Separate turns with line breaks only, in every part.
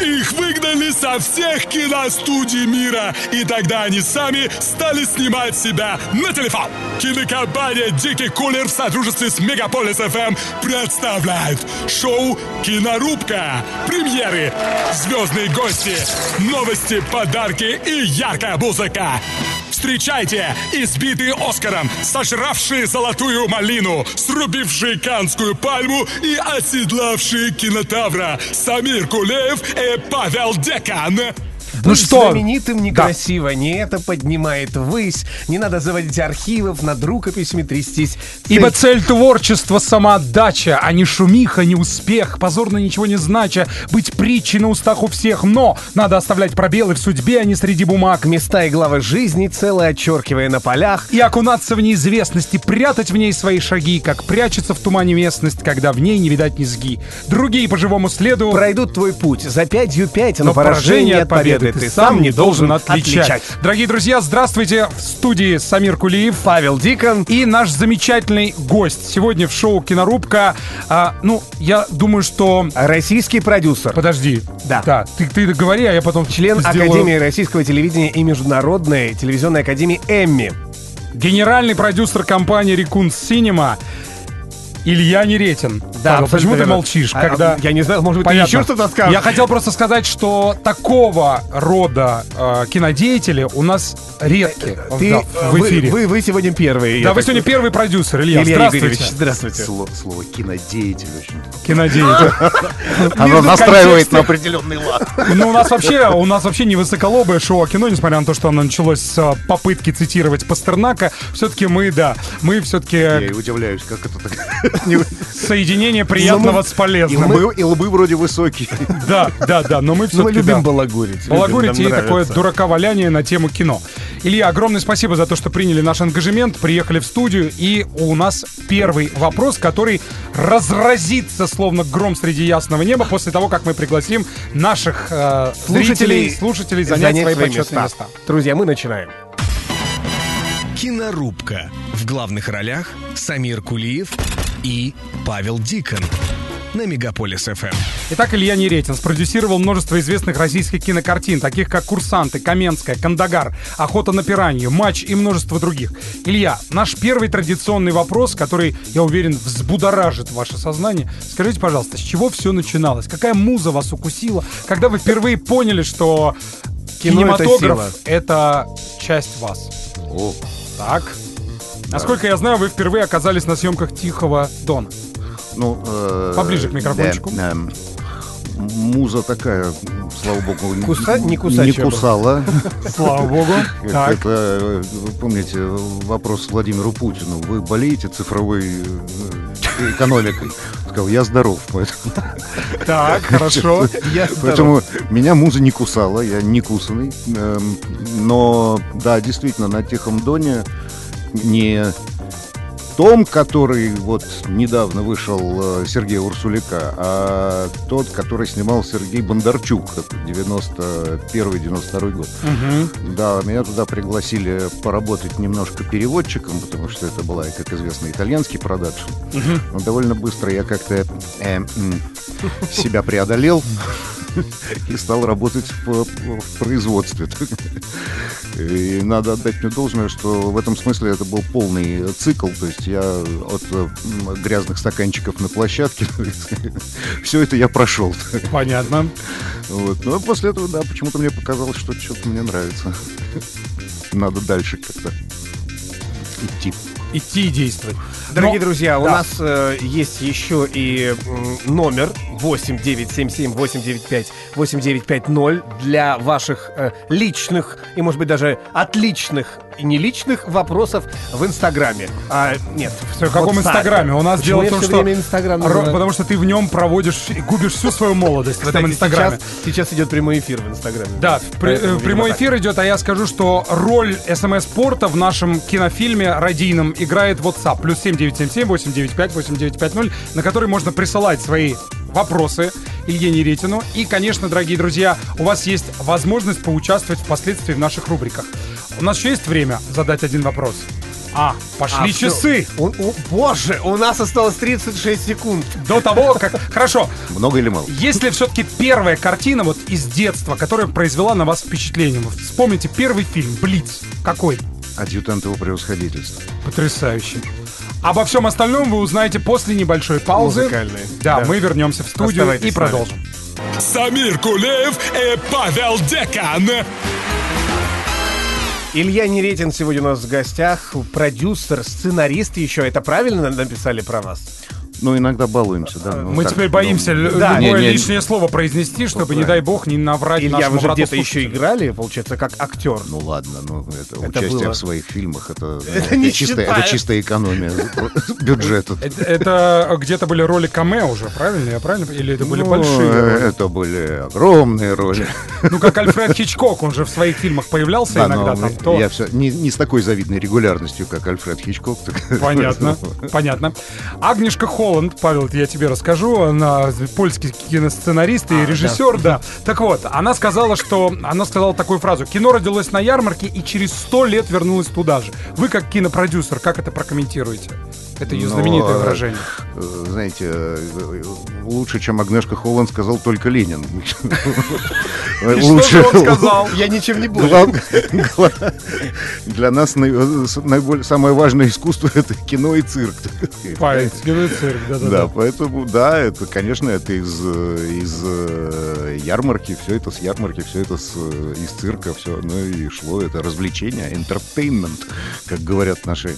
Их выгнали со всех киностудий мира, и тогда они сами стали снимать себя на телефон. Кинокомпания «Дикий кулер» в сотрудничестве с Мегаполис ФМ представляет шоу «Кинорубка». Премьеры, звездные гости, новости, подарки и яркая музыка. Встречайте избитые Оскаром, сожравшие золотую малину, срубившие канскую пальму и оседлавшие кинотавра Самир Кулеев и Павел Декан.
Ну
Быть
что?
знаменитым
Да.
некрасиво, не это поднимает высь. Не надо заводить архивов, над рукописями трястись.
Ибо
Цель-
цель творчества — самоотдача, а не шумиха, не успех, позорно ничего не знача, быть притчей на устах у всех, но надо оставлять пробелы в судьбе, а не среди бумаг,
места и главы жизни, целое отчеркивая на полях.
и окунаться в неизвестность, и прятать в ней свои шаги, как прячется в тумане местность, когда в ней не видать низги. Другие по живому следу...
Пройдут твой путь за пятью пять, но,
Но
поражение от победы ты сам не должен отличать.
Дорогие друзья, здравствуйте! В студии Самир Кулиев.
Павел Дикон.
И наш замечательный гость сегодня в шоу «Кинорубка». а, ну, я думаю, что...
Российский продюсер.
Подожди.
Да.
Да, ты, ты говори, а я потом
Член
сделаю.
Академии российского телевидения и Международной телевизионной академии Эмми.
Генеральный продюсер компании «Рекун Синема» Илья Неретин. Павел,
абсолютно
почему ты
верно.
молчишь,
А,
когда...
а, Я не знаю, может быть, ты
Понятно.
еще что-то скажешь?
Я хотел просто сказать, что такого рода э, кинодеятели у нас редки
Ты,
да,
э,
в эфире.
Вы, вы, вы сегодня первые. я
да, вы
так-
сегодня первый продюсер, Илья.
Илья
здравствуйте.
Игоревич, здравствуйте.
Сло- Слово, кинодеятель очень.
Кинодеятель.
Оно настраивает на определенный лад.
Ну, у нас вообще, у нас вообще не высоколобое шоу о кино, несмотря на то, что оно началось с а, попытки цитировать Пастернака. Все-таки мы, да, мы
Я
все-таки
и удивляюсь, как это так. Не-
соединение приятного
мы-
с
И
полезным.
лбы, и лбы вроде высокие.
Да, да, да, но мы
Ну, мы
все-таки
любим
да.
балагурить.
Балагурить и
любим, нам
такое
нравится.
дураковаляние на тему кино. Илья, огромное спасибо за то, что приняли наш ангажемент, приехали в студию, и у нас первый вопрос, который разразится словно гром среди ясного неба после того, как мы пригласим наших э, зрителей, и слушателей занять, свои, почетные места.
Друзья, мы начинаем.
Кинорубка. В главных ролях Самир Кулиев и Павел Дикон. На Мегаполис Эм. ФМ.
Итак, Илья Неретин спродюсировал множество известных российских кинокартин, таких как «Курсанты», «Каменская», «Кандагар», «Охота на пиранью», «Матч» и множество других. Илья, наш первый традиционный вопрос, который, я уверен, взбудоражит ваше сознание. Скажите, пожалуйста, с чего все начиналось? Какая муза вас укусила? Когда вы впервые поняли, что
Кино это
кинематограф — это часть вас?
О,
Так. Насколько я знаю, вы впервые оказались на съемках «Тихого дона».
ну, э,
Поближе к микрофончику.
да, эм, Муза такая, м, слава богу, н-
Куса- не
не
кусачая была.
кусала.
Слава богу. Так.
Это, э, вы помните, э, вопрос Владимиру Путину. Вы болеете цифровой э, экономикой? Сказал, я здоров, поэтому,
Так, хорошо.
Я здоров.
поэтому меня муза не кусала, я не кусанный. Эм, Но, да, действительно, на Тихом Доне не том, который вот недавно вышел э, Сергея Урсулика, а тот, который снимал Сергей Бондарчук, это 91-92 год.
Мгм.
Да, меня туда пригласили поработать немножко переводчиком, потому что это была, как известно, итальянский продакшн. Но довольно быстро я как-то э, м, себя преодолел и стал работать в, в производстве. И надо отдать мне должное, что в этом смысле это был полный цикл. То есть я от э, м, грязных стаканчиков на площадке все это я прошел.
Понятно.
Вот. Но после этого, да, почему-то мне показалось, что что-то мне нравится. Надо дальше как-то идти.
идти и действовать.
Дорогие
Но-
друзья, у
Да.
нас э, есть еще и м, номер 8977-895-8950 для ваших э, личных и, может быть, даже отличных и неличных вопросов в Инстаграме. А, нет,
Всё, в каком
WhatsApp.
Инстаграме? У нас
Почему
дело в
я
том,
всё
что...
время Инстаграм
Ро-
называю?
потому что ты в нем проводишь и губишь всю свою молодость в этом
Кстати,
Инстаграме.
Сейчас, сейчас идет прямой эфир в Инстаграме.
Да, в пр-
Поэтому,
э,
видимо,
прямой
так.
эфир идет, а я скажу, что роль СМС-порта в нашем кинофильме «Радийном» играет WhatsApp. Плюс 7977-895-8950, на который можно присылать свои вопросы Илье Неретину. И, конечно, дорогие друзья, у вас есть возможность поучаствовать впоследствии в наших рубриках. У нас еще есть время задать один вопрос? А,
А,
пошли
всё.
часы.
У- у- боже, у нас осталось 36 секунд.
До того, как... Хорошо,
Много или мало?
если все-таки первая картина вот из детства, которая произвела на вас впечатление, вот вспомните первый фильм «Блиц». Какой?
Адъютант его превосходительства.
Потрясающе. Обо всем остальном вы узнаете после небольшой паузы.
Музыкальной.
Да,
Да.
мы вернемся в студию
Оставайтесь
и
с нами.
продолжим.
Самир Кулиев и Павел Декан.
Илья Неретин сегодня у нас в гостях, продюсер, сценарист еще. Это правильно написали про вас?
Ну, иногда балуемся, да. ну,
Мы
так,
теперь
ну,
боимся л-
да,
любое
не, не.
лишнее слово произнести, чтобы, не дай бог, не наврать
Илья,
нашему
вы же где-то еще
радиослушателю.
играли, получается, как актер.
Ну ладно, ну это,
Это
участие
было.
в своих фильмах, это,
Это не
чистая, это
считаю.
чистая экономия бюджета.
Это, Э, это где-то были роли камео уже, правильно? Я правильно? Или это были
Ну,
большие
э.
роли?
Это были огромные роли.
Ну, как Альфред Хичкок, он же в своих фильмах появлялся
Да,
иногда.
ну,
но
Там, то...
Я все не, не с такой завидной регулярностью, как Альфред Хичкок. так-
Понятно, понятно. Агнешка Холланд, Павел, это я тебе расскажу, она польский
А,
киносценарист и режиссер, да. Так вот, она сказала, что... Она сказала такую фразу. Кино родилось на ярмарке и через сто лет вернулось туда же. Вы, как кинопродюсер, как это прокомментируете? Это ее
Но,
знаменитое
э,
выражение.
э, Знаете, э, лучше, чем Агнешка Холланд, сказал только Ленин.
Что
Лучше.
же он сказал?
Я ничем не буду.
Глав- гла- Для нас наиболее- наиболее- самое важное искусство это кино и цирк.
Павел, киноцирк,
Да,
да-да-да.
поэтому, да, это, конечно, это из, э, из э, ярмарки, все это с ярмарки, все это с, э, из цирка, все оно и шло, это развлечение, entertainment, как говорят наши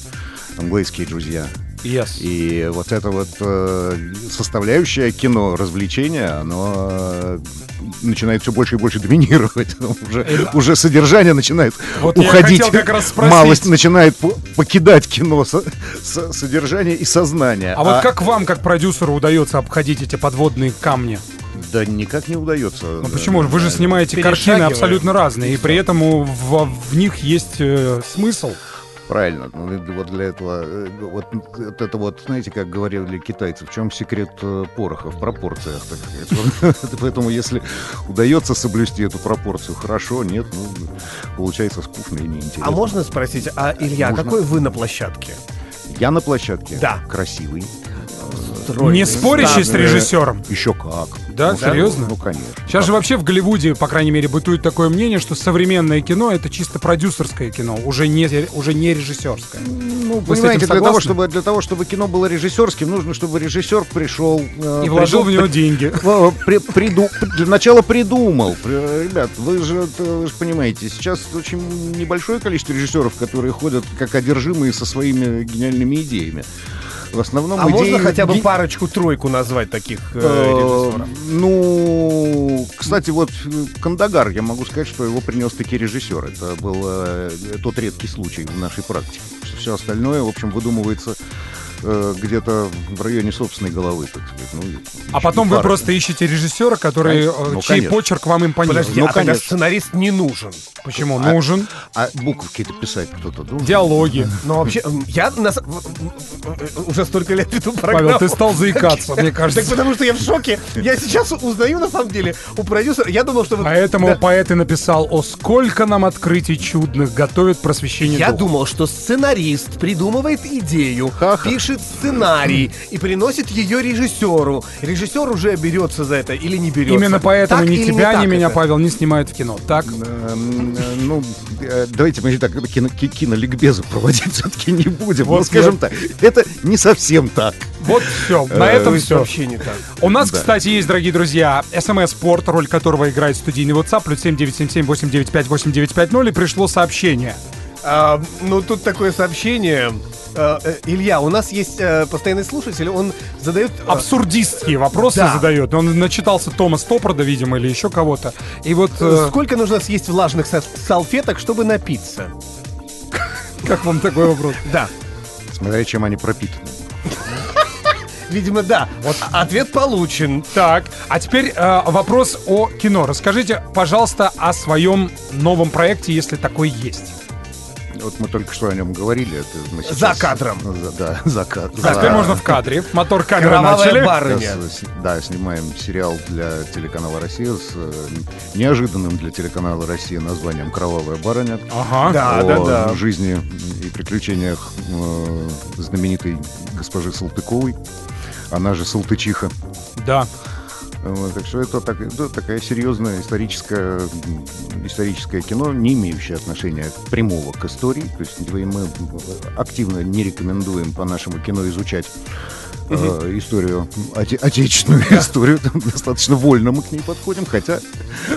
английские друзья.
Yes.
И вот это вот э, составляющая кино, развлечение, оно э, начинает все больше и больше доминировать. Оно Уже, уже содержание начинает
Э, Вот я
уходить.
хотел как раз спросить.
Малость начинает по- покидать кино со- со- содержание и сознание.
А вот как вам, как продюсеру, удается обходить эти подводные камни?
Да никак не удается.
Ну почему? же?
Э,
Вы же снимаете картины
Перешагиваем.
абсолютно разные, и при этом у- в, в них есть э, смысл.
Правильно. Ну, и вот для этого... э, Вот вот это вот, знаете, как говорили китайцы, в чем секрет э, пороха? В пропорциях, так сказать. Вот, Поэтому если удается соблюсти эту пропорцию, хорошо, нет, ну, получается скучно и неинтересно.
А можно спросить, а Илья,
Можно.
какой вы на площадке?
Я на площадке.
Да.
Красивый.
Не спорящий с
Э,
режиссером.
Еще как.
Да?
Ну,
Серьезно?
Ну, конечно.
Сейчас же вообще в Голливуде, по крайней мере, бытует такое мнение, что современное кино это чисто продюсерское кино, уже не, уже не режиссерское.
Ну,
Вы с этим
понимаете, для
согласны?
того, чтобы, для того, чтобы кино было режиссерским, нужно, чтобы режиссер пришел...
И вложил в него деньги.
Э, при- приду- для начала придумал. При- Ребят, вы же, это- вы же понимаете, сейчас очень небольшое количество режиссеров, которые ходят как одержимые со своими гениальными идеями. В основном
А
идеи...
можно хотя бы
ге-
парочку-тройку назвать таких э,
Э,
режиссеров?
Ну, кстати, вот э, Кандагар, я могу сказать, что его принес таки режиссер. Это был э, тот редкий случай в нашей практике. Все остальное, в общем, выдумывается э, где-то в районе собственной головы, так сказать. Ну, и-
А потом вы
пара.
просто ищете режиссера, который, э,
Ну,
чей
конечно.
почерк вам импонирует.
Подожди,
Ну,
Ну,
а тогда
конечно.
сценарист не нужен.
Почему? Нужен.
А буковки-то писать кто-то должен?
Диалоги.
Но вообще, м, я на с- в- в- уже столько лет веду программу.
Павел, ты стал заикаться, мне
Так
кажется.
потому что я в шоке. Я сейчас узнаю, на самом деле, у продюсера. Я думал, что... вы-
Поэтому
Да.
поэт и написал, о, сколько нам открытий чудных готовит просвещение
Я
духа».
думал, что сценарист придумывает идею, пишет сценарий и приносит ее режиссеру. Режиссер уже берется за это или не берется.
Именно поэтому
Так
ни
или не
тебя, ни
так
меня,
это?
Павел, не снимают в кино. Так?
Эм, э, Ну, э, давайте мы так кино, ки- киноликбезы проводить все-таки не будем.
Вот
ну, скажем так, это не совсем так.
Вот все, на этом
То есть
все.
вообще не так.
Э, У нас,
Да.
кстати, есть, дорогие друзья, СМС-порт, роль которого играет студийный WhatsApp, плюс 7977-895-8950, и пришло сообщение.
А, ну, тут такое сообщение. Э, э, Илья, у нас есть э, постоянный слушатель, он задает... э,
Абсурдистские вопросы
Да.
задает. Он начитался Тома Стопорда, видимо, или еще кого-то. И вот, э,
э, Сколько нужно съесть влажных со- салфеток, чтобы напиться?
как вам такой вопрос?
Да.
Смотря чем они пропитаны.
Видимо, да. Вот а, ответ получен.
Так, а теперь э, вопрос о кино. Расскажите, пожалуйста, о своем новом проекте, если такой есть.
Вот мы только что о нем говорили. это мы сейчас- Ну,
За кадром.
За- Да, за кадром.
Так, теперь можно в кадре. Мотор камеры
Кровавая
начали.
барыня.
Да, снимаем сериал для телеканала «Россия» с э, неожиданным для телеканала «Россия» названием «Кровавая барыня».
Ага.
Да,
о
да, да.
жизни и приключениях э, знаменитой госпожи Салтыковой, она же Салтычиха.
Да.
Вот, так что это так, да, такая серьезная историческая, м, историческое кино, не имеющее отношения прямого к истории. То есть вы- мы активно не рекомендуем по нашему кино изучать э, историю, оте- отечественную историю. Там достаточно вольно мы к ней подходим, хотя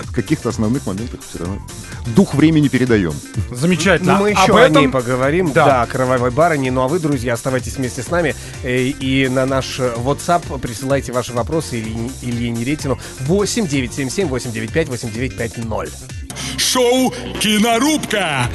в каких-то основных моментах все равно дух времени передаем.
Замечательно.
Ну, мы
Об
еще о ней
этом-
поговорим.
А Да.
Да. о кровавой барыне. Ну а вы, друзья, оставайтесь вместе с нами. Э, И на наш э, WhatsApp присылайте ваши вопросы Ильи, Илье Неретину 8 977 895 8950.
Шоу «Кинорубка».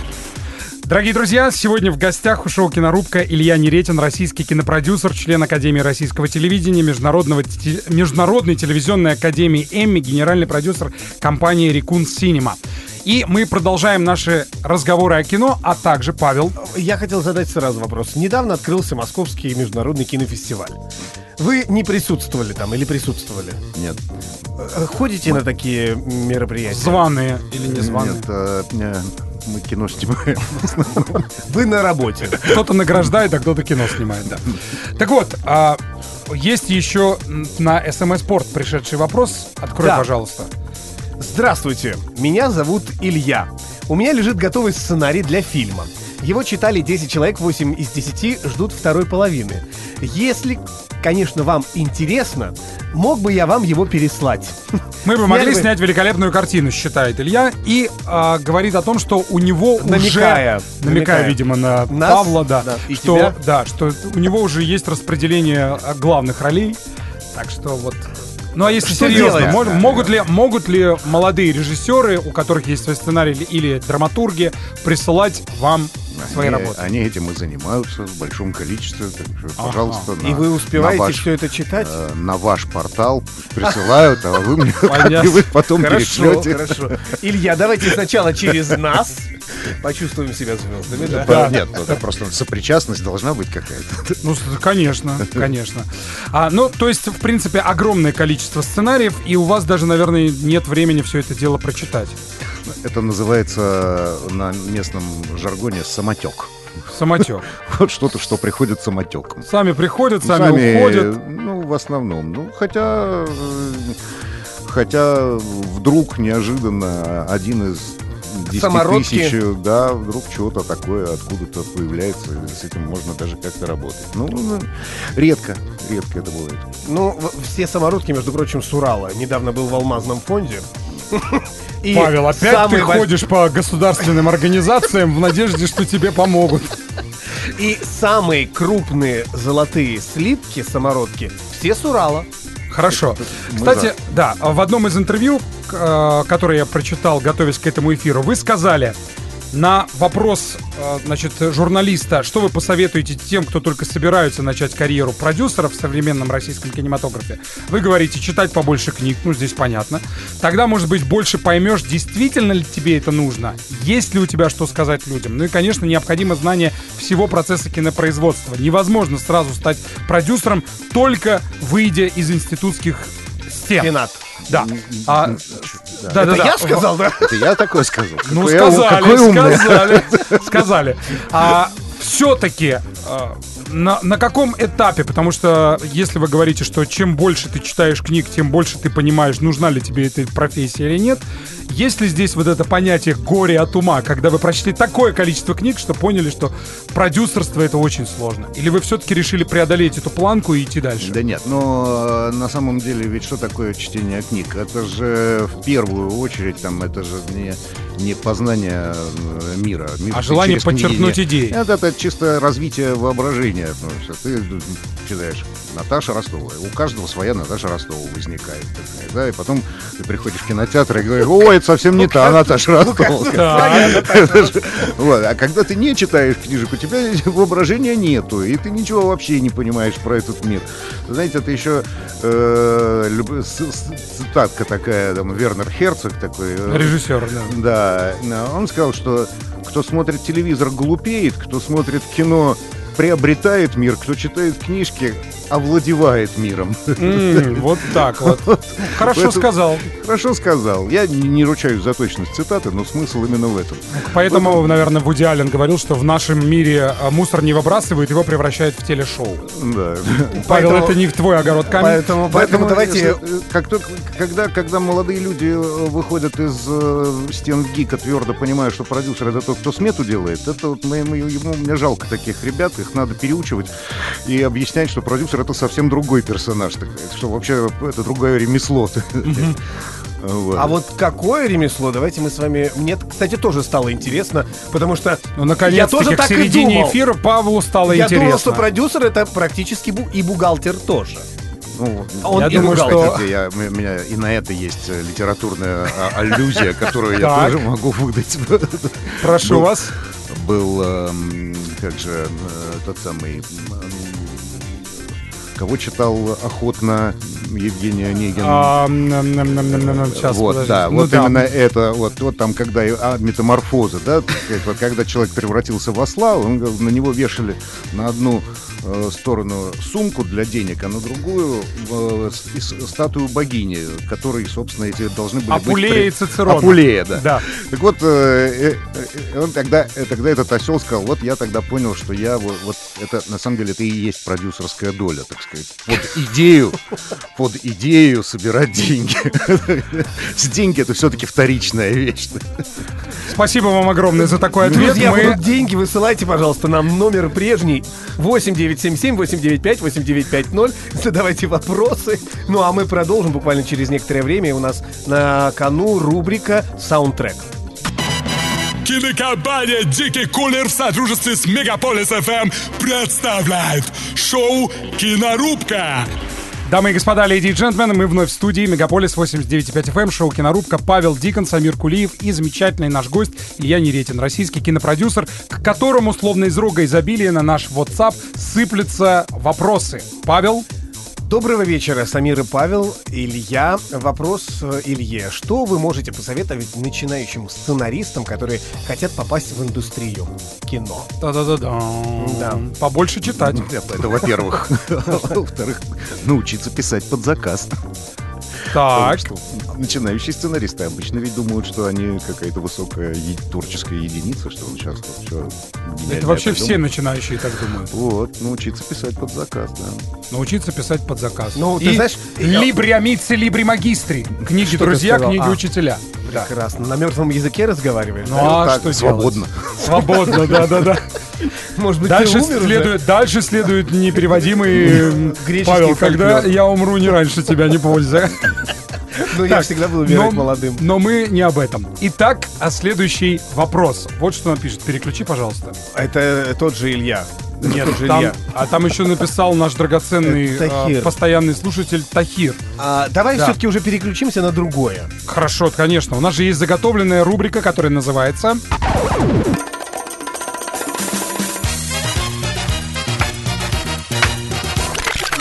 Дорогие друзья, сегодня в гостях у шоу «Кинорубка» Илья Неретин, российский кинопродюсер, член Академии российского телевидения, Международного те- Международной телевизионной академии «Эмми», генеральный продюсер компании «Рекун Синема». И мы продолжаем наши разговоры о кино, а также Павел.
Я хотел задать сразу вопрос. Недавно открылся Московский международный кинофестиваль. Вы не присутствовали там или присутствовали?
Нет.
Э, Ходите на такие мероприятия?
Званые или не званые.
Нет, э, э, мы кино снимаем.
Вы на работе.
Кто-то награждает, а кто-то кино снимает, да. Так вот, а, есть еще м, на СМС-порт пришедший вопрос. Открой,
Да.
пожалуйста.
Здравствуйте, меня зовут Илья. У меня лежит готовый сценарий для фильма. Его читали 10 человек, 8 из 10 ждут второй половины. Если, конечно, вам интересно, мог бы я вам его переслать.
Мы бы
Сняли
могли
бы-
снять великолепную картину, считает Илья, и а, говорит о том, что у него
Намекая.
уже намекая,
Намекая.
видимо, на
Нас,
Павла, да,
да, и
что
тебя.
да, что у него уже есть распределение а, главных ролей, так что вот. Ну а если
Что
серьезно,
делать?
мож- могут ли могут ли молодые режиссеры, у которых есть свой сценарий или, или драматурги, присылать вам свои
Они-
работы?
Э, Они этим и занимаются в большом количестве. Так что, пожалуйста, на-
И вы
на
успеваете
ваш,
все это читать?
А,
э, на ваш портал присылают, а вы мне как-нибудь потом
Хорошо,
перешлете.
хорошо. Илья, давайте сначала через нас почувствуем себя звездами, да?
Да, Нет, ну, это просто сопричастность должна быть какая-то.
Ну, с- конечно, конечно. А, ну, то есть, в принципе, огромное количество сценариев, и у вас даже, наверное, нет времени все это дело прочитать.
Это называется э, на местном жаргоне самотек.
Самотек.
Вот что-то, что приходит самотеком.
Сами
Ну,
приходят, сами, уходят.
Ну, в основном. Ну, хотя... э, Хотя вдруг неожиданно один из 10
Самородки.
тысяч, да, вдруг чего-то такое откуда-то появляется, и с этим можно даже как-то работать. Ну, ну, редко, редко это бывает.
Ну, в- все самородки, между прочим, с Урала. Недавно был в Алмазном фонде. И
Павел, опять
самый
ты
больш-
ходишь по государственным организациям в надежде, что тебе помогут.
И самые крупные золотые слитки самородки все с Урала.
Хорошо.
Ну
Мы
Кстати, да, в одном из интервью, к- э, которое я прочитал, готовясь к этому эфиру, вы сказали на вопрос, э, значит, журналиста, что вы посоветуете тем, кто только собираются начать карьеру продюсера в современном российском кинематографе, вы говорите читать побольше книг, ну здесь понятно. Тогда, может быть, больше поймешь, действительно ли тебе это нужно, есть ли у тебя что сказать людям. Ну и, конечно, необходимо знание всего процесса кинопроизводства. Невозможно сразу стать продюсером, только выйдя из институтских стен.
Пенат.
Да. А, да, да,
Это
да.
я сказал, да?
Это я такое сказал.
Ну,
Какой я ум- какой
сказали,
умный.
сказали, сказали. А все-таки на, на каком этапе? Потому что если вы говорите, что чем больше ты читаешь книг, тем больше ты понимаешь, нужна ли тебе эта профессия или нет. Есть ли здесь вот это понятие горе от ума, когда вы прочли такое количество книг, что поняли, что продюсерство это очень сложно? Или вы все-таки решили преодолеть эту планку и идти дальше?
Да нет, но э, на самом деле ведь что такое чтение книг? Это же в первую очередь там это же не, не познание э, мира. Мир
А
ты
желание
через книги
подчеркнуть
не-
идеи.
Нет, это чисто развитие воображения. потому что ты э, читаешь Наташа Ростова. У каждого своя Наташа Ростова возникает. такая, да, и потом ты приходишь в кинотеатр и говоришь, ой, это совсем не та Наташа Ростовская.
Так.
Это же- вот, А когда ты не читаешь книжек, у тебя воображения нету, и ты ничего вообще не понимаешь про этот мир. Знаете, это еще э, люб- с- с- цитатка такая, там, Вернер Херцог такой. э,
Режиссер, да.
Да, э, он сказал, что кто смотрит телевизор глупеет, кто смотрит кино приобретает мир, кто читает книжки овладевает миром.
М, Вот так вот. Хорошо
Поэтому-
сказал.
Хорошо сказал. Я не не ручаюсь за точность цитаты, но смысл именно в этом.
Поэтому, наверное, Вуди Аллен говорил, что в нашем мире э, мусор не выбрасывают, его превращают в телешоу.
Да.
Павел,
Поэтому-
это не в твой огород камень.
Поэтому, поэтому давайте...
если, э, как только, когда, когда молодые люди э, выходят из э, стен гика, твердо понимая, что продюсер это тот, кто смету делает, это вот моему, ему мне жалко таких ребят, их надо переучивать и объяснять, что продюсер это совсем другой персонаж, так сказать, что вообще это другое ремесло. Вот.
А вот какое ремесло? Давайте мы с вами... Мне, кстати, тоже стало интересно, потому что я
Ну, наконец-таки,
тоже
к
так и
середине
думал.
эфира Павлу стало
Я думал, что
интересно.
продюсер это практически бу- и бухгалтер тоже.
Ну,
он
я
и
думаю,
ругался.
что я- у меня и на это есть э, литературная а, аллюзия, которую я
Так.
тоже могу выдать.
Прошу
Был-
вас.
Был, эм, как же, э, тот самый... м, Кого читал охотно Евгений Онегин? Э,
А, м, м, м, м, м, м, Сейчас,
вот,
подожди.
да,
Ну
вот именно это, вот, вот там, когда и- а, метаморфоза, да, так сказать, вот когда человек превратился в осла, он говорил, на него вешали на одну э, сторону сумку для денег, а на другую э, с- и с- статую богини, которой, собственно, эти должны были
Апулея
быть... при-
и Цицерона.
Апулея, да.
Да.
Так вот, э, э, э, он тогда, э, тогда этот осел сказал, вот я тогда понял, что я вот, вот это, на самом деле, это и есть продюсерская доля, так сказать. Под идею, под идею собирать деньги. С Деньги это все-таки вторичная вещь.
Спасибо вам огромное за такой ответ.
Друзья,
Мы
будут деньги, высылайте, пожалуйста, нам номер прежний 8977-895-8950. Задавайте вопросы. Ну, а мы продолжим буквально через некоторое время. У нас на кону рубрика «Саундтрек».
Кинокомпания «Дикий кулер» в сотрудничестве с Мегаполис ФМ представляет шоу «Кинорубка».
Дамы и господа, леди и джентльмены, мы вновь в студии Мегаполис 89.5 FM, шоу «Кинорубка», эм, Павел Дикон, Самир Кулиев и замечательный наш гость Илья Неретин, российский кинопродюсер, к которому, словно из рога изобилия, на наш WhatsApp сыплются вопросы. Павел,
Доброго вечера, Самир и Павел, Илья. Вопрос э, Илье. Что вы можете посоветовать начинающим сценаристам, которые хотят попасть в индустрию кино?
да-да-да-да,
Да.
побольше читать.
Это, во-первых. Во-вторых, научиться писать под заказ.
Так,
Начинающие сценаристы обычно ведь думают, что они какая-то высокая е- творческая единица, что он сейчас вот что
это вообще все начинающие так думают.
Вот, научиться писать под заказ, да.
Научиться писать под заказ.
Ну, ты
И
знаешь, я-
«Либри амицы, либри магистри». Книги
Что ты
друзья,
сказал?
книги
А.
учителя.
Прекрасно. На мертвом языке разговариваешь?
Ну
да?
а
так,
что делать?
свободно.
Свободно, да-да-да.
Может быть, ты
Дальше
умер уже?
следует, дальше следует непереводимый э,
Греческий
Павел, когда
фольклор.
я умру не раньше тебя, не польза.
Ну, я всегда был умирать молодым.
Но мы не об этом. Итак, а следующий вопрос. Вот что он пишет. Переключи, пожалуйста.
Это тот же Илья. Нет, тот же
Там-
Илья.
а там еще написал наш драгоценный
Это Тахир.
э, постоянный слушатель Тахир.
А, давай
Да.
все-таки уже переключимся на другое.
Хорошо, конечно. У нас же есть заготовленная рубрика, которая называется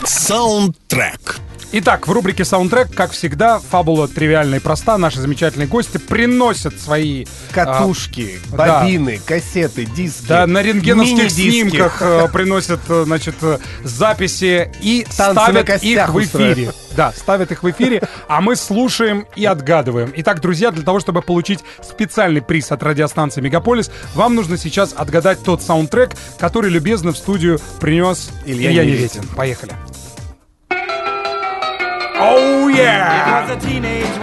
Саундтрек.
Итак, в рубрике «Саундтрек», как всегда, фабула тривиальна и проста. Наши замечательные гости приносят свои... а,
Катушки,
да.
бобины, кассеты, диски.
Да, на рентгеновских
мини-диски.
снимках э, приносят, э, значит, э, записи и
Танцы на
ставят
костях
их в
устраивают.
эфире. Да, ставят их в эфире, а мы слушаем и отгадываем. Итак, друзья, для того, чтобы получить специальный приз от радиостанции «Мегаполис», вам нужно сейчас отгадать тот саундтрек, который любезно в студию принес Илья,
Илья
Неветин.
Неветин.
Поехали. Оу, yeah!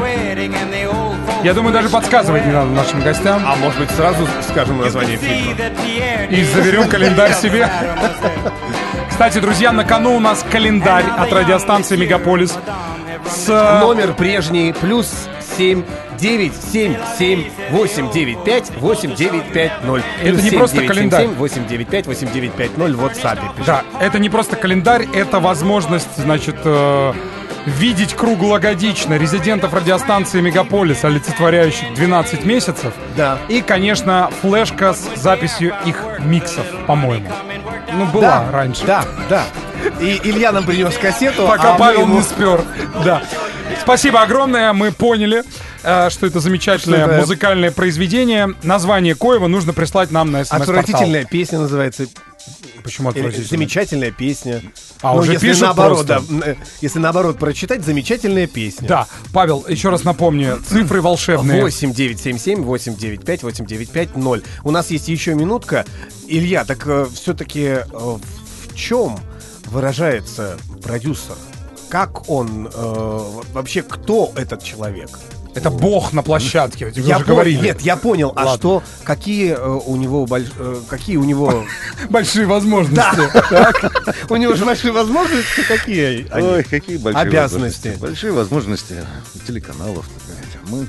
Я
Я
думаю, даже подсказывать не надо нашим гостям.
А может быть, сразу скажем название фильма?
И заберем календарь себе. Кстати, друзья, на кону у нас календарь от радиостанции «Мегаполис». С, э,
Номер прежний, плюс 7, 9, 7, 7, 8, 9, 5, 8, 9, 5, 0.
Это не просто календарь.
8, 9, 5, 8, 9, 5, 0 в WhatsApp.
Да, это не просто календарь, это возможность, значит, э, видеть круглогодично резидентов радиостанции «Мегаполис», олицетворяющих 12 месяцев.
Да.
И, конечно, флешка с записью их миксов, по-моему. Ну, была
Да,
раньше.
Да, да. И Илья нам принес кассету.
Пока
а мы
Павел
ему-
не спер. Да. Спасибо огромное, мы поняли, э, что это замечательное
Что это?
музыкальное произведение. Название Коева нужно прислать нам на смс
Отвратительная песня называется.
Почему
Или
отвратительное?
Замечательная песня. Ну,
А, уже
если
пишут
наоборот,
просто.
да, м, э, если наоборот прочитать, замечательная песня.
Да, Павел, еще раз напомню, цифры волшебные.
8 977 895 8950 0. У нас есть еще минутка. Илья, так все-таки в чем выражается продюсер? Как он э, во- вообще кто этот человек?
Это бог на площадке, вы уже
пон-
говорили.
Нет, я понял. А
Ладно.
что? Какие э, у него больш- э, какие у него?
Большие возможности.
У него же большие возможности какие? они?
Ой, какие большие
Обязанности.
возможности. Большие возможности телеканалов. так сказать. А Мы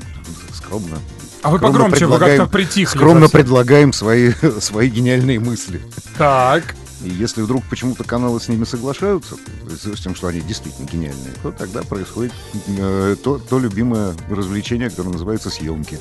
скромно.
А вы
скромно
погромче, вы
предлагаем-
как-то притихли.
Скромно
совсем.
предлагаем свои, свои гениальные мысли.
Так.
И если вдруг почему-то каналы с ними соглашаются, то есть с тем, что они действительно гениальные, то тогда происходит э, то, то любимое развлечение, которое называется съемки.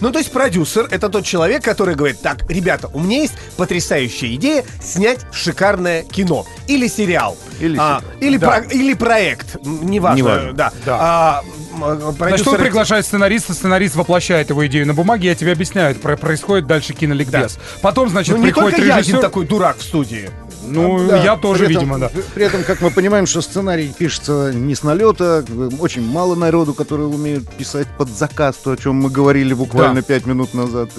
Ну, то есть продюсер — это тот человек, который говорит, так, ребята, у меня есть потрясающая идея снять шикарное кино или сериал.
Или
А,
сериал,
или, про- или проект, м, неважно.
Неважно.
Да.
Да.
А, м, а,
Значит,
продюсер...
он приглашает сценариста, сценарист воплощает его идею на бумаге, я тебе объясняю, это про- происходит дальше киноликбез. Потом, значит,
ну, не
приходит
только я
режиссер.
один такой дурак в студии.
Ну,
Да,
я тоже,
при этом-
видимо, да.
При этом, как мы понимаем, что сценарий пишется не с налета, очень мало народу, которые умеют писать под заказ, то, о чем мы говорили буквально
Да.
пять минут назад.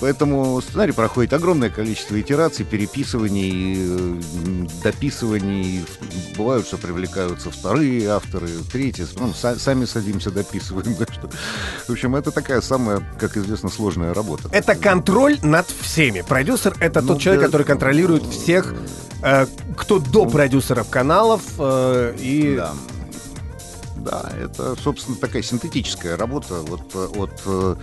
Поэтому сценарий проходит огромное количество итераций, переписываний, э, м, дописываний. Бывают, что привлекаются вторые авторы, третьи. Ну, са- сами садимся, дописываем. так что, В общем, это такая самая, как известно, сложная работа.
Это контроль над всеми. Продюсер — это
Ну,
тот человек,
да.
который контролирует всех, э, кто до продюсеров каналов э, и...
Да. Да, это, собственно, такая синтетическая работа вот, э, от, э,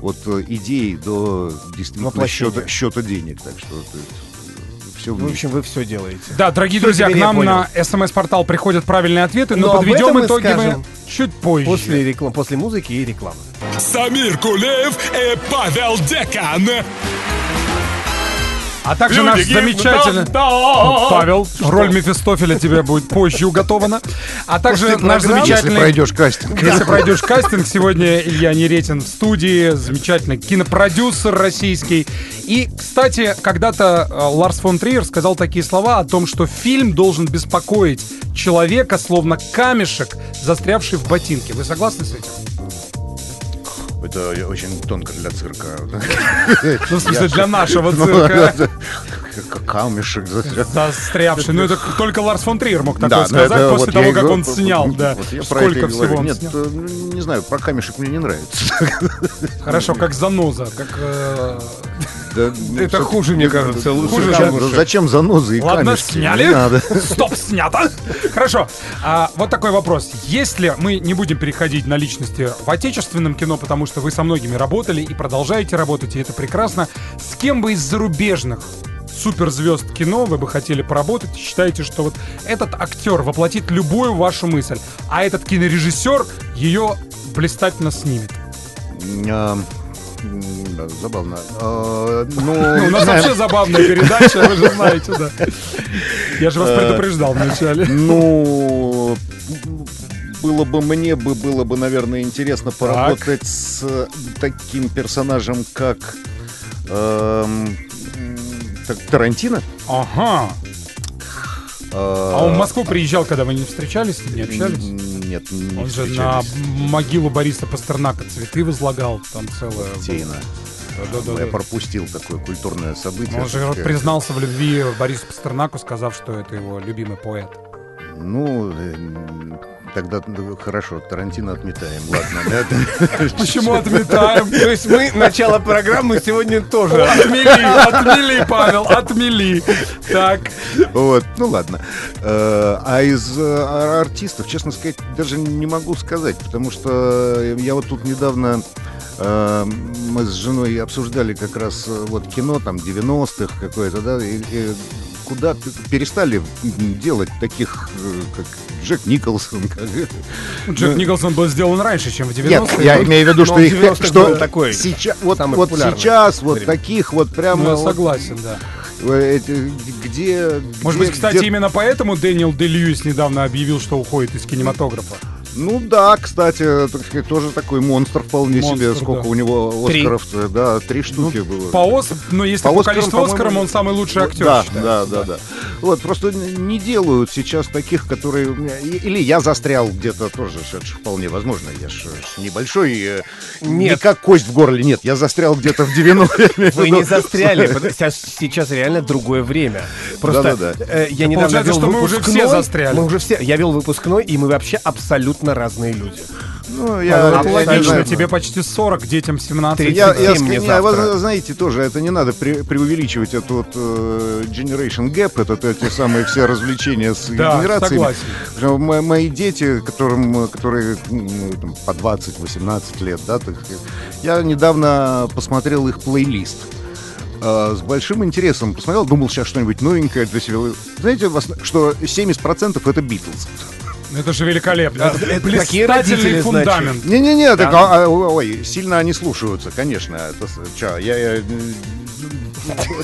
от э, идей до действительно
Воплощения.
счета, счета денег. Так что э, все
Ну,
В общем, вы все делаете.
Да, дорогие друзья, к
теперь я
нам
понял.
на смс-портал приходят правильные ответы, но,
Но об
подведем
этом мы
итоги мы
скажем
чуть позже.
После, реклам... После музыки и рекламы.
Самир Кулиев и Павел Декан.
А также наш замечательный... Павел, роль Мефистофеля тебе будет позже уготована. А также
После
наш
программы.
если
замечательный...
пройдешь кастинг.
Если пройдешь кастинг, сегодня Илья Неретин в студии, замечательный кинопродюсер российский. И, кстати, когда-то э, Ларс фон Триер сказал такие слова о том, что фильм должен беспокоить человека, словно камешек, застрявший в ботинке. Вы согласны с этим?
Это очень тонко для цирка.
Ну, в смысле, для нашего
Ну,
цирка.
это как Камешек застрял.
Застрявший. Ну, это только Ларс фон Триер мог такое
Да, но
сказать
это
после
вот я
того,
и
как
говорю,
он снял.
вот
Да.
я про это
Сколько
и говорю.
всего он
Нет,
снял.
э, ну, не знаю, про камешек мне не нравится.
Хорошо,
ну,
как заноза, как... э,
Да,
Это
ну,
хуже, мне кажется, лучше
Зачем-
камушек.
Зачем занозы и
Ладно,
камешки? Не
сняли.
надо.
Стоп, снято. Хорошо. А, вот такой вопрос. Если мы не будем переходить на личности в отечественном кино, потому что вы со многими работали и продолжаете работать, и это прекрасно, с кем бы из зарубежных суперзвезд кино вы бы хотели поработать и считаете, что вот этот актер воплотит любую вашу мысль, а этот кинорежиссер ее блистательно снимет.
А, м, да, э, Забавно. А, Ну,
Ну, у
не
нас
знаю.
вообще забавная передача, вы же знаете, да. Я же вас предупреждал вначале.
Ну, было бы мне бы было бы, наверное, интересно поработать с э, таким персонажем, как эм, м, так, Тарантино.
Ага.
А
А он в Москву приезжал, когда вы не встречались, не общались?
Нет, не
Он же на
встречались.
могилу Бориса Пастернака цветы возлагал, там целое.
Тейна.
Да-да-да.
Я пропустил такое культурное событие.
Он же признался в любви Борису Пастернаку, сказав, что это его любимый поэт.
Ну, эм, тогда ну, хорошо, Тарантино отметаем. Ладно,
Почему отметаем?
То есть мы начало программы сегодня тоже.
Отмели, отмели, Павел, отмели. Так,
Вот, ну ладно. Э, А из э, ар- артистов, честно сказать, даже не могу сказать, потому что я вот тут недавно э, мы с женой обсуждали как раз э, вот кино там 90-х какое-то, да, и, и куда п- перестали м, делать таких, э, как Джек Николсон. как это.
Джек Николсон был сделан раньше, чем в
Ну, Нет,
90-е.
я имею в
ну,
виду,
но
что
он
их
90-х
что
был такой,
сейчас, вот,
самый
вот
популярный
сейчас вот
время.
таких вот прямо
Ну, я
вот,
согласен, да.
э, эти, где,
Может
где-
быть, кстати,
где-
именно поэтому Дэниел Де Льюис недавно объявил, что уходит из кинематографа.
ну да, кстати, так сказать, тоже такой монстр вполне
Монстр,
себе, сколько
да. Ну,
у него
Три.
Оскаров, э, да, три штуки было.
По Ос, но если
По
по,
Оскарам,
количеству
по-моему,
Оскаров, он самый лучший актер.
Да, да,
считается,
да, да. Вот, просто н- не делают сейчас таких, которые... у меня- и- Или я застрял где-то тоже, ж это ж вполне возможно, я же небольшой, э,
Нет.
не как кость в горле, нет, я застрял где-то в 90
Вы не застряли, потому- сейчас, сейчас реально другое время. Просто
Да-да-да.
э, я недавно
Получается,
вел
что мы уже
выпускной.
все застряли.
Мы уже все. Я вел выпускной, и мы вообще абсолютно разные люди.
Ну,
Да.
я...
Это
я
логично,
знаю.
тебе почти 40, детям 17.
Я, я,
37 мне
ск- я,
завтра.
вы знаете, тоже это не надо пре- преувеличивать этот вот э, Generation Gap, это те- те самые все развлечения с
Да,
генерациями.
согласен.
Потому что мо- Мои дети, которым, э, которые м, там, по 20-18 лет, да, так сказать, я недавно посмотрел их плейлист. Э, С большим интересом посмотрел, думал сейчас что-нибудь новенькое для себя. Знаете, в основ- что 70% это Битлз.
Это же великолепно.
Да,
Это
это такие
блистательный
родители, значит.
фундамент.
Не-не-не, так,
Да.
а, а, о- ой, сильно они слушаются, конечно. Это, с- чё, я, я, э,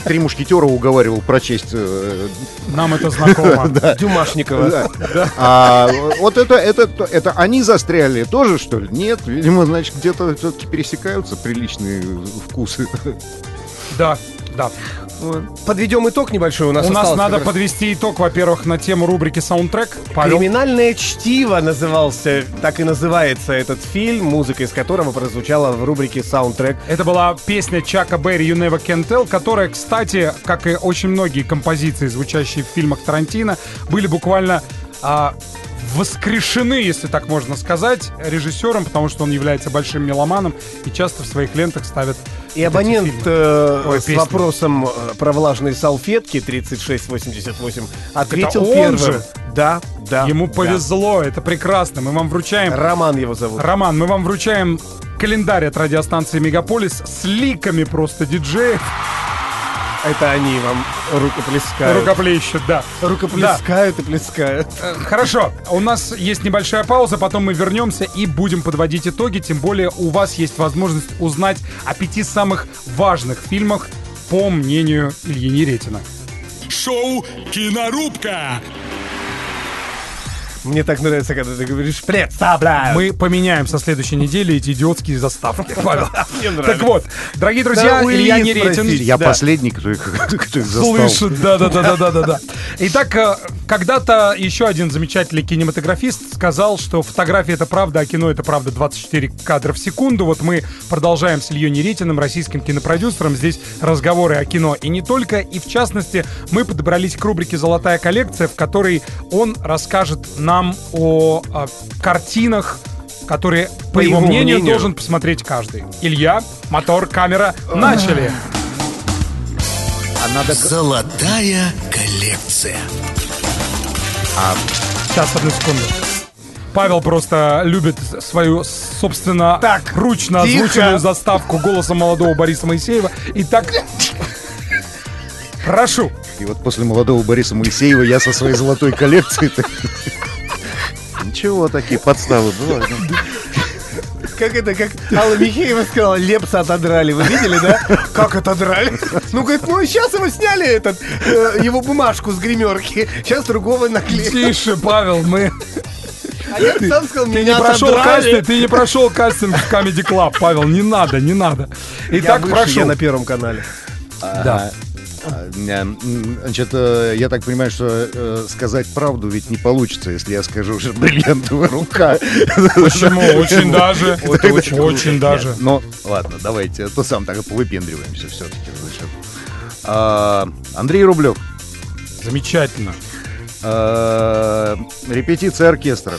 три мушкетера уговаривал прочесть. э,
Нам это знакомо.
Дюмашникова.
да. А, вот это, это, то- это они застряли тоже, что ли? Нет, видимо, значит, где-то все-таки пересекаются приличные вкусы.
Да, да.
Подведем итог небольшой. У нас
У нас
осталось
надо
как раз-
подвести итог, во-первых, на тему рубрики саундтрек. Павел,
Криминальное чтиво назывался, так и называется этот фильм, музыка из которого прозвучала в рубрике саундтрек.
это была песня Чака Берри «You Never Can Tell», которая, кстати, как и очень многие композиции, звучащие в фильмах Тарантино, были буквально а, воскрешены, если так можно сказать, режиссером, потому что он является большим меломаном и часто в своих лентах ставит
И абонент
фильмы.
э,
Ой,
с
песни.
вопросом э, про влажные салфетки 3688 ответил
Это он
первым.
же?
Да, да.
Ему
да.
повезло, это прекрасно. Мы вам вручаем
Роман его зовут.
Роман, мы вам вручаем календарь от радиостанции «Мегаполис» с ликами просто диджеев.
Это они вам рукоплескают.
Рукоплещут, да.
Рукоплескают и плескают.
Э, Хорошо, у нас есть небольшая пауза, потом мы вернемся и будем подводить итоги. Тем более у вас есть возможность узнать о пяти самых важных фильмах, по мнению Ильи Неретина.
Шоу «Кинорубка».
Мне так нравится, когда ты говоришь «представляю».
Мы поменяем со следующей недели эти идиотские заставки, Павел.
Мне нравится.
Так вот, дорогие друзья,
у
Илья
Ильи
Неретин,
спросить.
Я
Да.
последний, кто их, кто их застал.
Слышит, да, да, да, да, да, да, да. Итак, э, когда-то еще один замечательный кинематографист сказал, что фотография это правда, а кино это правда 24 кадра в секунду. Вот мы продолжаем с Ильей Неретиным, российским кинопродюсером. Здесь разговоры о кино и не только. И в частности, мы подобрались к рубрике Золотая коллекция, в которой он расскажет нам о, э, картинах которые, по,
По
его
его
мнению,
мнению.
должен посмотреть каждый. Илья, мотор, камера, начали.
Золотая коллекция.
Сейчас, одну секунду. Павел просто любит свою, собственно, так, ручно
тихо.
озвученную заставку голоса молодого Бориса Моисеева. И так... Прошу.
И вот после молодого Бориса Моисеева я со своей золотой коллекцией... так- Ничего, такие подставы бывают.
Как это, как Алла Михеева сказала, Лепса отодрали. Вы видели, да? Как отодрали? Ну, говорит, ну, сейчас его сняли, этот, э, его бумажку с гримерки. Сейчас другого наклеили.
Тише, Павел, мы...
А я сам сказал,
Ты
меня
не, прошел
отодрали.
кастинг, ты не прошел кастинг в Comedy Club, Павел, не надо, не надо.
Я
Итак,
выше,
прошу.
я на первом канале.
Да.
А, м, м, Значит, э, я так понимаю, что э, сказать правду ведь не получится, если я скажу, что бриллиантовая рука.
Почему? Очень даже.
Это очень круто.
Очень даже.
Нет, Ну, ладно, давайте, а то сам так и повыпендриваемся все-таки. Андрей Рублев.
Замечательно.
Э, Репетиция оркестра.
П-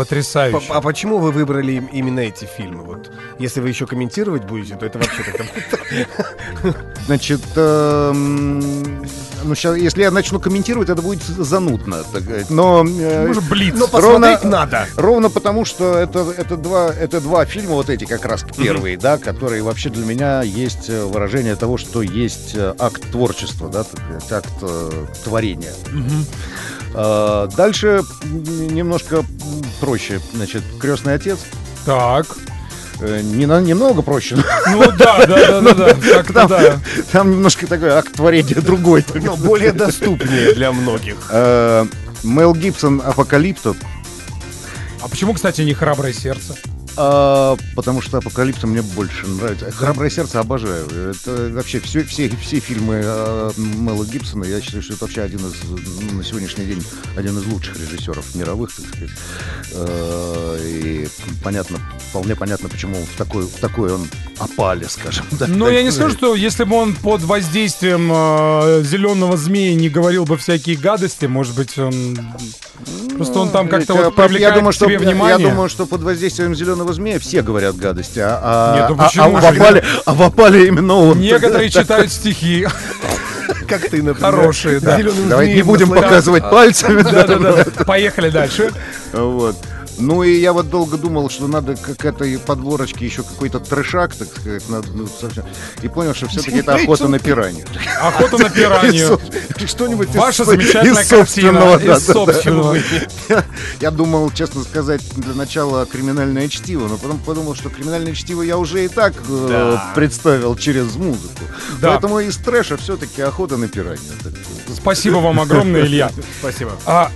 Потрясающе.
А почему вы выбрали им- именно эти фильмы? Вот, если вы еще комментировать будете, то это вообще как-то...
Значит, эм, ну, щас, если я начну комментировать, это будет занудно. так сказать. Но, э,
Может, блиц.
Но посмотреть надо.
Ровно потому, что это, это, два, это два фильма, вот эти как раз первые, да, которые вообще для меня есть э, выражение того, что есть э, акт творчества, да, так сказать, акт э, творения. Э, дальше м, немножко м, проще, значит, крестный отец.
Так.
Э, не на- немного проще, но
Ну да, да, да, да, да. Как-то Ну
там,
да. Ну,
там немножко такой акт творения другой.
Но более доступнее для многих.
Э, Мел Гибсон Апокалипто,
А почему, кстати, не храброе сердце?
а, потому что Апокалипто мне больше нравится. Храброе сердце обожаю. Это вообще все, все, все фильмы а, Мела Гибсона, я считаю, что это вообще один из ну, на сегодняшний день один из лучших режиссеров мировых, так сказать. Э, и понятно, вполне понятно, почему в такой, в такой он опале, скажем. да.
Ну, я не скажу, что если бы он под воздействием зеленого змея не говорил бы всякие гадости, может быть, он... Просто он там как-то
Ведь, э,
вот
по-
привлекает
я думаю,
к
что,
себе
я-
внимание.
Я думаю, что под воздействием зеленого змея все говорят гадости, а, а-
Нет, ну
а-
почему
а в
же?
опале, а в опале именно он.
Некоторые читают стихи
Как ты, например.
хорошие, да.
«Зелёным
Давайте не
змеем»
будем
наслаждаться.
показывать пальцами. да.
А. Да-да-да. Поехали дальше.
Вот. Ну и я вот долго думал, что надо к этой подворочке еще какой-то трешак, так сказать, надо, ну, совсем- и понял, что все-таки это охота на пиранью.
Охота на пиранью.
Из со- Что-нибудь из
Ваша
со-
замечательная
из собственного,
картина.
да,
Из
да, да.
собственного.
Я думал, честно сказать, для начала криминальное чтиво, но потом подумал, что криминальное чтиво я уже и так э, представил через музыку.
Да.
Поэтому из трэша все-таки охота на пиранью. так сказать.
Спасибо вам огромное, Илья.
Спасибо.
А,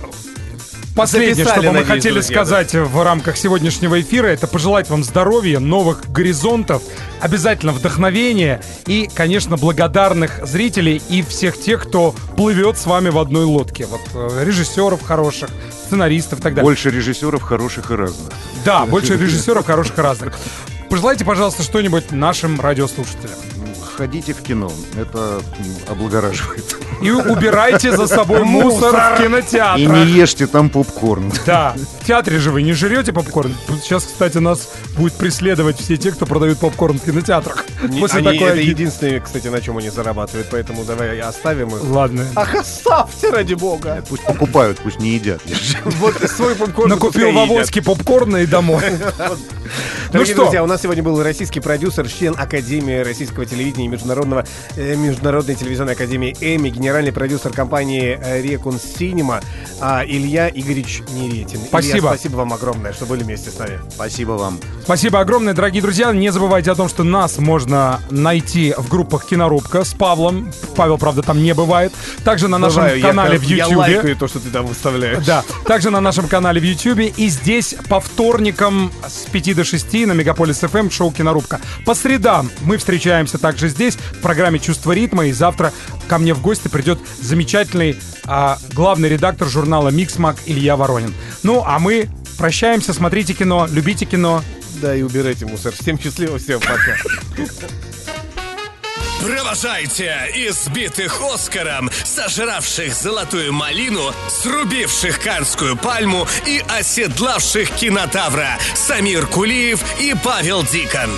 Последнее,
Записали,
что бы мы
надеюсь,
хотели
друзья,
сказать в рамках сегодняшнего эфира, это пожелать вам здоровья, новых горизонтов, обязательно вдохновения и, конечно, благодарных зрителей и всех тех, кто плывет с вами в одной лодке. Вот э, режиссеров хороших, сценаристов и так далее.
Больше режиссеров хороших и разных.
Да, больше режиссеров хороших и разных. Пожелайте, пожалуйста, что-нибудь нашим радиослушателям.
Ну, Ходите в кино, это м, облагораживает.
И убирайте за собой мусор в
И не
кинотеатрах.
ешьте там попкорн.
Да, в театре же вы не жрете попкорн. Сейчас, кстати, нас будет преследовать все те, кто продают попкорн в кинотеатрах.
Не-
После
они-
такой...
Это
обиды.
единственное, кстати, на чем они зарабатывают, поэтому давай оставим их.
Ладно.
Ах, оставьте, ради бога.
Пусть покупают, пусть не едят.
Вот свой попкорн.
Накупил
пускай
в
едят.
Авоське попкорна и домой. Ну
Дорогие друзья,
что,
у нас сегодня был российский продюсер, член Академии российского телевидения и международного, э, Международной телевизионной академии ЭМИ, генеральный продюсер компании э, Рекун Синема а, Илья Игоревич Неретин. Илья,
Спасибо.
спасибо вам огромное, что были вместе с нами.
Спасибо вам.
спасибо огромное, дорогие друзья. Не забывайте о том, что нас можно найти в группах Кинорубка с Павлом. Павел, правда, там не бывает. Также на нашем
Бываю, я
канале
как-
в
Я
Ютьюбе.
лайкаю то, что ты там выставляешь.
Да, также на нашем канале в Ютьюбе и здесь по вторникам с 5 до 6 на Мегаполис FM шоу «Кинорубка». По средам мы встречаемся также здесь в программе «Чувство ритма» и завтра ко мне в гости придет замечательный а, главный редактор журнала «Миксмак» Илья Воронин. Ну, а мы прощаемся, смотрите кино, любите кино.
Да, и убирайте мусор. Всем счастливо, всем пока.
Провожайте избитых Оскаром, сожравших золотую малину, срубивших Канскую пальму и оседлавших кинотавра Самир Кулиев и Павел Дикон.